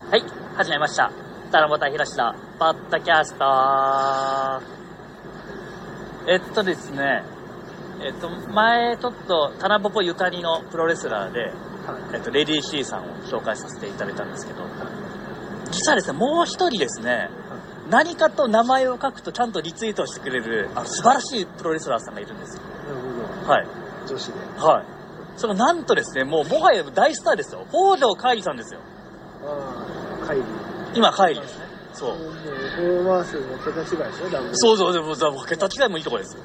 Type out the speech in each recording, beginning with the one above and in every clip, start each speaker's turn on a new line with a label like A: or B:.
A: はい、始めました。たらもたひろしのポッドキャスト。えっとですね、えっと、前ちょっと、たらぼぽゆかりのプロレスラーで、えっと、レディー C さんを紹介させていただいたんですけど、実はですね、もう一人ですね、何かと名前を書くとちゃんとリツイートをしてくれる、あの素晴らしいプロレスラーさんがいるんですよ。
B: なるほ
A: はい。
B: ど。女子で。
A: はい。そのなんとですね、もうもはや大スターですよ。北条海里さんですよ。
B: ああ、会議。
A: 今海里ですね。そう。
B: もう、パフォーマンスの桁違いでしょ、ダブル。
A: そうそう、でも、でも桁違いもいいとこですよ。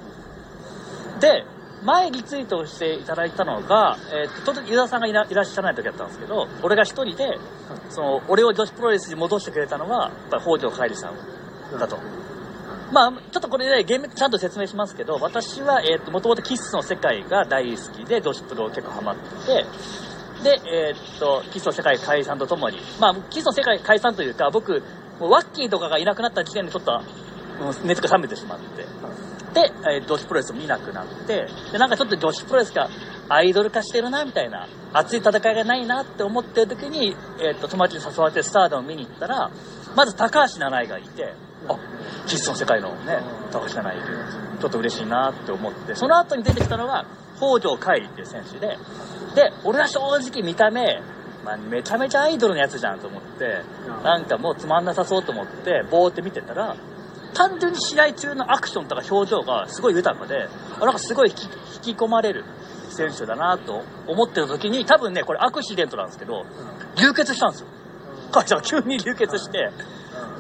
A: で、前リツイートをしていただいたのが、えーっと、とユダさんがいらいらっしゃらない時だったんですけど、俺が一人で、その、俺を女子プロレスに戻してくれたのは、やっぱり北条海里さん。だとまあ、ちょっとこれで、厳密にちゃんと説明しますけど、私は、えーっと、もともとキッスの世界が大好きで、女子プロ結構ハマってて、で、えーっと、キスの世界解散とともに、まあ、キスの世界解散というか、僕、もうワッキーとかがいなくなった時点でちょっと、うん熱が冷めてしまって、で、えー女子プロレスを見なくなって、で、なんかちょっと女子プロレスがアイドル化してるな、みたいな、熱い戦いがないなって思ってる時に、えっ、と、友達に誘われてスターダムを見に行ったら、まず高橋七重がいて、あ、キスの世界のね、高橋七重いる。ちょっと嬉しいなって思って、その後に出てきたのが、北条海里っていう選手で、で、俺は正直見た目、まあ、めちゃめちゃアイドルのやつじゃんと思って、なんかもうつまんなさそうと思って、ぼーって見てたら、単純に試合中のアクションとか表情がすごい豊かで、あなんかすごい引き引き込まれる選手だなと思ってた時に、多分ね、これアクシデントなんですけど、流血したんですよ。 彼女が急に流血して、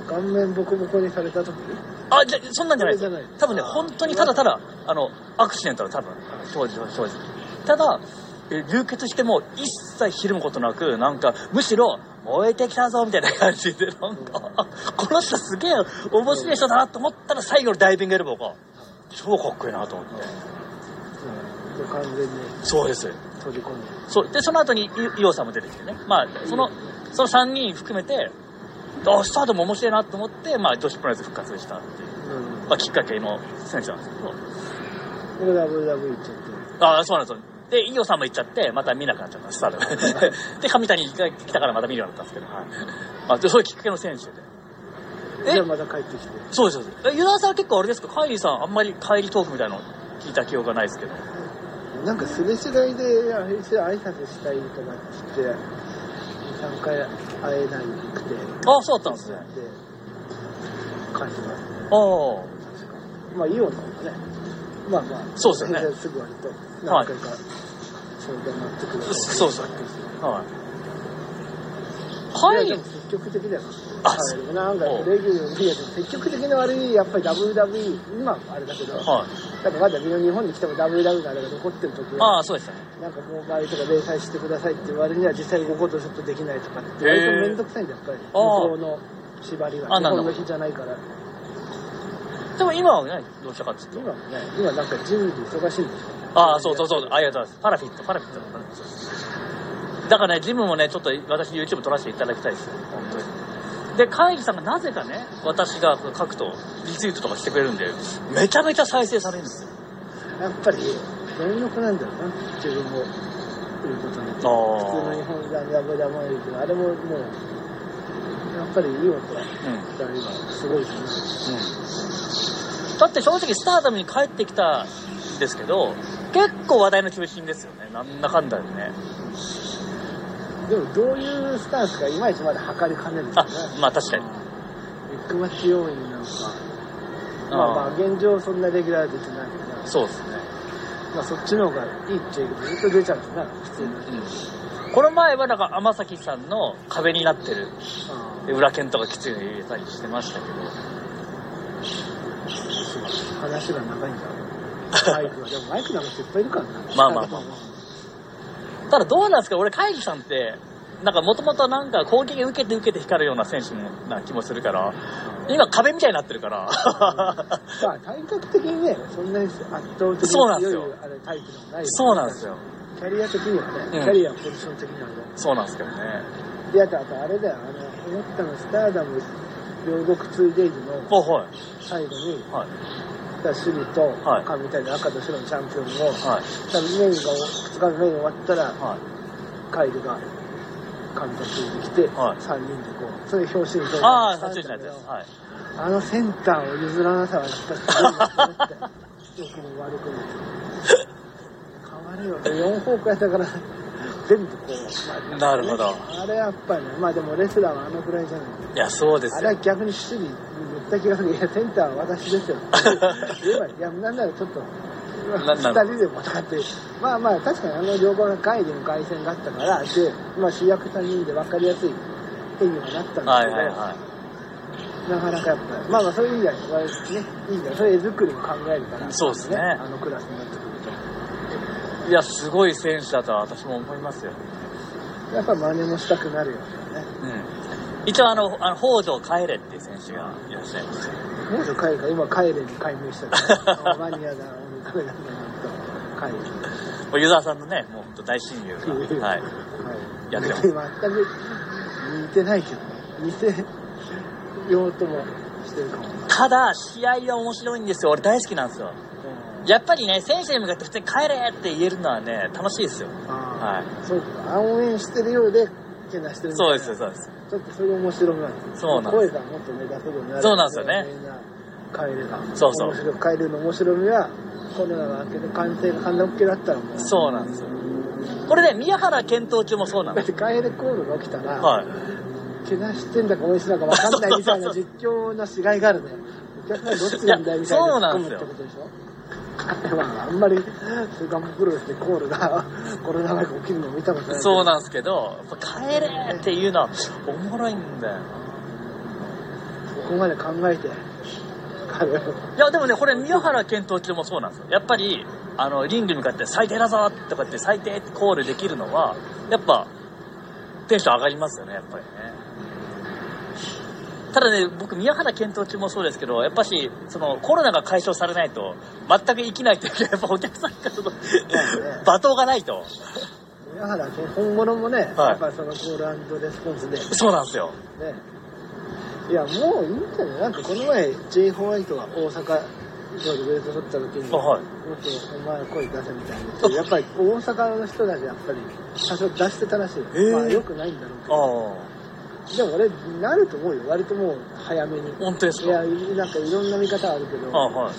B: 顔面ボコボコにされた時に
A: あ、じゃ、そんなんじゃないです
B: それじゃない
A: 多分ね、本当にただただ、あの、アクシデントだ、多分。正直、正直。ただ、え流血しても一切ひるむことなく、なんか、むしろ、燃えてきたぞ、みたいな感じで、なんか、あこの人すげえ面白い人だなと思ったら、最後のダイビングエルボーが、超かっこいいなと思って。
B: うん完全に
A: そうです。
B: 取り込んで。
A: そう。で、その後に、イイオさんも出てきてね。まあ、その、その3人含めて、あ、スタートも面白いなと思って、まあ、女子プロレス復活したっていう、
B: うん。
A: まあ、きっかけの選手なんですけど。
B: これ WW 行っちゃって。
A: ああ、そうなんですよ。で、伊予さんも行っちゃって、また見なくなっちゃったん です、多分で、上谷が来たからまた見るようになったんですけど、はい。まあ、でそういうきっかけの選手で。え
B: じゃあまた帰ってきて。
A: そうです、そうです。え、ユダさんは結構あれですか、カイリーさん、あんまり帰りトークみたいなの聞いた記憶がないですけど。
B: なんかすれ違いで、あれ一緒に挨拶したいとかって言って、3回会えなくて。
A: ああ、そうだったんですね。あ
B: で、帰ってます。
A: あ。
B: まあ、イオンのもね、まあまあ、
A: そうですよね
B: 全然すぐ割と、何回か、それでなってくる。
A: そうですよねはい。カ
B: は
A: イ
B: い
A: リ
B: や。で
A: ー
B: も、積極的だよな。
A: あ
B: はいでもなんか
A: おう
B: レギュラーいやでも積極的な割にやっぱり WWE 今はあれだけど、
A: はい。
B: だからまだ日本に来ても WWE のあれが残ってる時は
A: ああ、そうですよね。
B: なんかもう周りとか連載してくださいって言われには実際動こうとちょっとできないとかって
A: へ
B: 割
A: ー
B: と面倒くさいんだやっぱり向こうの縛りが
A: あ
B: 日
A: なるほ
B: 本
A: ど
B: の日じゃないから
A: でも今はね、どうしたかっていうと。
B: 今もね今なんか準備忙しいんでしょ
A: ああ、そうそうそう、ありがとうございます。パラフィット、パラフィット。だからね、ジムもね、ちょっと私 YouTube 撮らせていただきたいですよ、本当に。で、会議さんがなぜかね、私が書くと、リツイートとかしてくれるんで、めちゃめちゃ再生されるんですよ。
B: やっぱり貪欲なんだよな自分も言うことに普通の日本がやばいやばいけどあれももうやっぱりいい音
A: うん。
B: だ
A: うん。
B: から今すごいですね
A: だって正直、スターダムに帰ってきたんですけど、結構話題の中心ですよね。なんだかんだでね。
B: でもどういうスタンスかいまいちまだ測りかねるんだ
A: あ
B: よね、
A: まあ確かに。
B: ビッグマッチ要員なんかまあまあ現状そんなレギュラーできないから
A: そうですね。
B: まあそっちの方がいいっちゃいいけどずっと出ちゃうんだな普通の人
A: この前はなんか天崎さんの壁になってる
B: あ
A: で裏剣とかきついの入れたりしてましたけど
B: あ話が長いん だマイクはでもマイクなんかいっぱいいるからな
A: まあまあまあ ただどうなんですか俺海議さんってなんかもともとなんか攻撃受けて受けて光るような選手な気もするから今壁みたいになってるから
B: まあ、体格的にね、そんなに圧倒的に
A: そうなんです
B: 強
A: よ
B: いあれタイプでもない
A: そうなんですよ
B: キャリア的にはね、
A: うん
B: キャリアポジション的にはね。
A: そうなんですけどね
B: で、あと、あとあれだよ、あの、思ったの、スターダム、両国ツーデイズの
A: おはい
B: 最後に、
A: はい
B: だ守備と
A: はい
B: 赤みたいな赤と白のチャンピオンを、
A: はい
B: 多分メインが、2日目メイン終わったら、
A: はい
B: カイルが、神田君に来て、
A: はい
B: 3人でこうそれ表紙に撮る
A: ああ、そっちのやつです。
B: あ
A: はい。
B: のセンターを譲らなさはやったって良くも悪くも変わるよ4方向やったから全部こう、
A: なるほど
B: あれやっぱりねまあでもレスラーはあのぐらいじゃない
A: いや、そうで
B: あ
A: す
B: れは
A: よ。
B: 逆に守備に言った気がするいやセンターは私 ですよ言えばいいやなんならちょっと
A: な
B: 2人でも戦ってまあまあ確かにあの両方の外での外戦があったからで、まあ、主役3人で分かりやすい演技にはなったんですけど、
A: はいはいは
B: なかなかやっぱりまあまあそういう意味ではねいいんだよそれ絵作りも考えるから
A: そうですね
B: あのクラスになってくる
A: い。いや、すごい選手だとは私も思いますよ。
B: とやっぱ真似もしたくなるよね
A: うん。一応、あの、あの北条帰れっていう選手がいらっしゃいまして。
B: もうちょっと帰るから今帰れに解明したからあのマニアだ俺帰れなんだなと帰れ
A: もうユーザーさんのね、もう本当大親友 が。はい。
B: はい、
A: やってます
B: 全く似てないけどね似せようともしてるかもな
A: ただ、試合は面白いんですよ。俺大好きなんですよ。やっぱりね、選手に向かって普通に帰れって言えるのはね、楽しいですよ。
B: あ
A: はい。
B: あそうか応援してるようでけなしてるみた
A: そう
B: いな
A: ですよ、そうです。
B: ちょっとそれ面白くなってくる
A: そうなんです
B: 声がもっと目出せるようになる
A: そうなんですよね
B: みんなカエルが
A: そうそう
B: 面白くカエルの面白みはコロナが明けて完成が神田 OK だったらもう
A: そうなんですよ。これね、宮原検討中もそうなん
B: だ
A: で
B: っ
A: す。
B: てカエルコールが起きたら、
A: はい。
B: けなしてんだか応援してんだか分かんないみたいな実況のしがいがあるね。お客さんどっちなんだいみたいな。
A: そうなんですよ
B: 突っ込むってことでしょ彼はあんまりスガムプロレスでコールがコロナ禍起きるのを見たことないけど。
A: そうなんですけど、やっぱ帰れっていうのはおもろいんだよな。
B: ここまで考えて、彼を。
A: いや、でもね、これ、宮原検討中もそうなんですよ。やっぱり、あの、リングに向かって最低だぞとかって最低ってコールできるのは、やっぱ、テンション上がりますよね、やっぱりね。ただね、僕、宮原検討中もそうですけど、やっぱし、その、コロナが解消されないと、全く生きないというか、やっぱお客さんからの、罵倒がないと。
B: 宮原ね、本物もね、
A: はい
B: やっぱそのコールレスポンスで、ね。
A: そうなんですよ。
B: いや、もういいんじゃないなんかこの前、J ホワイトが大阪城でベルト取った時に、
A: あはい。
B: もっとお前は声出せみたいなことやっぱり大阪の人たちやっぱり多少出してたらしい、
A: へー
B: まあよくないんだろ
A: あ
B: う
A: あ。
B: けどでも俺なると思うよ割ともう早めに
A: 本当です
B: い
A: か
B: やなんかいろんな見方あるけど
A: ああ、はい。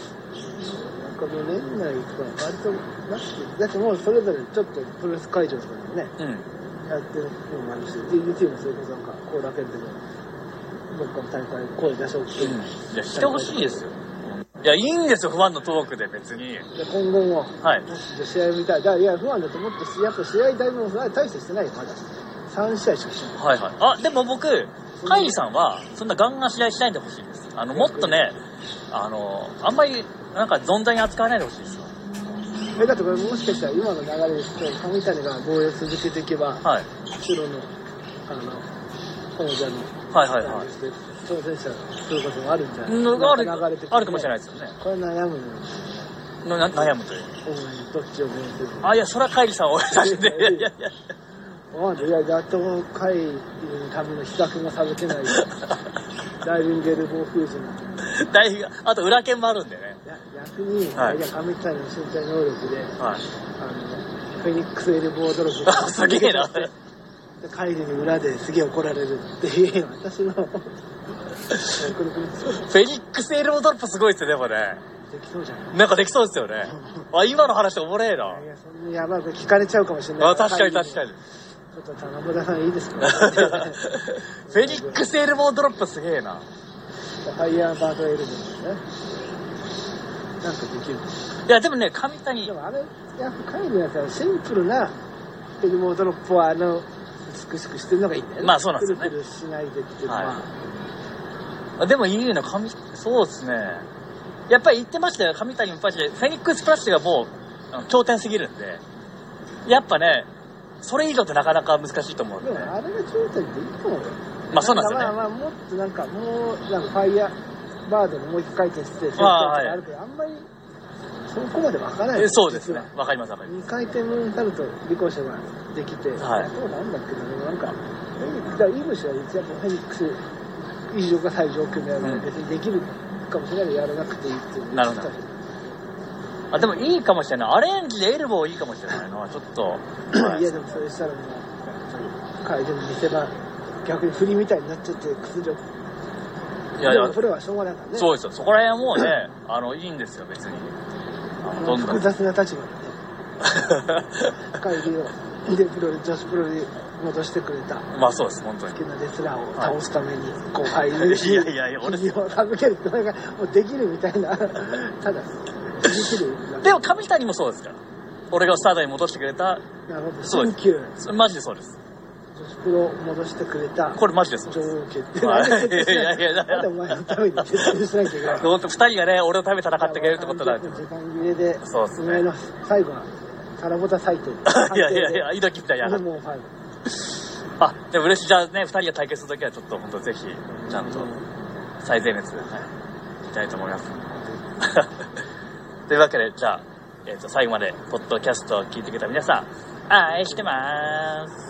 B: なんかもう年内とか割となってだってもうそれぞれちょっとプロレス会場とかでもね
A: うん。
B: やってるのもあるし DDT もそれこそなんか後楽園とかどっかの大会で声出そうっていう、
A: いや、してほしいですよ。いや、いいんですよ、ファンのトークで別に。
B: で今後も
A: はい。
B: 試合見たい。だからいや、不安だと思って、やっぱ試合だいぶ大してしてないよ、まだ。3試合しかしてない。
A: はいはい。あ、でも僕、カイリさんは、そんなガンガン試合しないでほしいです。あの、もっとね、あの、あんまり、なんか、存在に扱わないでほしいですよ。
B: え、だってこれもしかしたら今の流れで、上谷が防衛を続けていけば、
A: はい。
B: 白の、あの、王者の、
A: はいはいはい。
B: 挑戦者が来ることもあるんじゃない
A: のがある、
B: 流れてく
A: あるかもしれない
B: い。
A: ですよね。
B: これ悩むのよ。
A: のな悩むという。
B: 応援、どっちを応援するの。
A: あ、いや、それはカイリさんを応援させて。 いやいやいや。
B: まあ、いや、やっと会のための秘策も省 けないよ。ダイビングエルボーフージの。
A: 大変あと、裏剣もあるんでね。
B: いや逆に、
A: はい
B: い、や上谷の身体能力で、
A: はい。
B: あの、フェニックスエルボードロップ
A: あすげえな
B: で、カイリに裏ですげえ怒られるっていう、私の、これこれ
A: フェニックスエルボードロップすごいですよね、これ。
B: できそうじゃない
A: なんかできそうですよね。あ、今の話おもれえな。
B: いや、そんなやばい、これ聞かれちゃうかもしれない。
A: あ確かに確かに。
B: ちょっと田村さんいいですか
A: フェニックスエルボードロップすげえな。
B: ファイヤーバードエルボーですね。なんかできる。
A: いや、でもね、上谷
B: で、もあれ、やっぱカイリのやつはシンプルなエルボードロップをあの、美しくしてるのがいいんだよね。
A: まあそうなんですよね
B: くるくるしないでっていうのは。
A: はいあでもいいな、上、そうですね。やっぱり言ってましたよ、上谷もパチで。フェニックスプラッシュがもう、あの頂点すぎるんで。やっぱね、それ以上ってなかなか難しいと思うん
B: で
A: で。
B: も
A: ま
B: あれが頂点でいいと思うよ。
A: あそうなんですよね。
B: まあまあもっとなんかもうなんかファイヤーバードのもう一回転して正解とかあるけど、あんまりそこまでわからない
A: えそうですね。わかりますわかりま
B: 2回転ムーンサルトリコーシェができて、
A: はい
B: そうなんだけどねなんかフェニックスだからイブシは一応フェニックス以上が最上級のやるので、別にできるかもしれないけどやらなくていいっていう
A: なるほどす。あ、でもいいかもしれない。アレンジでエルボーいいかもしれないな。ちょっと。
B: いやでもそれしたらもう回でも見せ場逆に振りみたいになっちゃって屈辱
A: いやい
B: で
A: や
B: も、プロはしょうがないからね
A: そうですよ。そこら辺はもうね、あの、いいんですよ、別に。あのどんどん。
B: 複雑な立場でね帰りをでプロ女子プロに戻してくれた
A: まあそうです、本当に
B: 好。きなレスラーを倒すために後輩に
A: いやいやいや俺
B: 肘を授けるってなんかもうできるみたいなただできる
A: でも、上谷もそうですから。俺がスタートに戻してくれた、
B: なるほど
A: そうで
B: 新
A: す
B: 旧
A: それマジでそうです。
B: 女子プロを戻してくれた
A: これマジでそう
B: 女
A: です。
B: 王決定
A: はい
B: なんで
A: いやいやいや
B: なんでお前のために決定しなきゃいけない
A: ほんと、二人がね、俺のために戦ってくれるってことだ。い
B: 時間切れで
A: そうっすね
B: お前の最後はタラボタサイト
A: やいやいや、猪木みたいに上がる
B: もうファイ
A: あ、でも嬉しい。じゃあね、二人が対決するときは、ちょっと本当ぜひ、ちゃんと最前列で、はい、いきたいと思います。というわけで、じゃあ、えっ、と、最後まで、ポッドキャストを聞いてくれた皆さん、愛してまーす。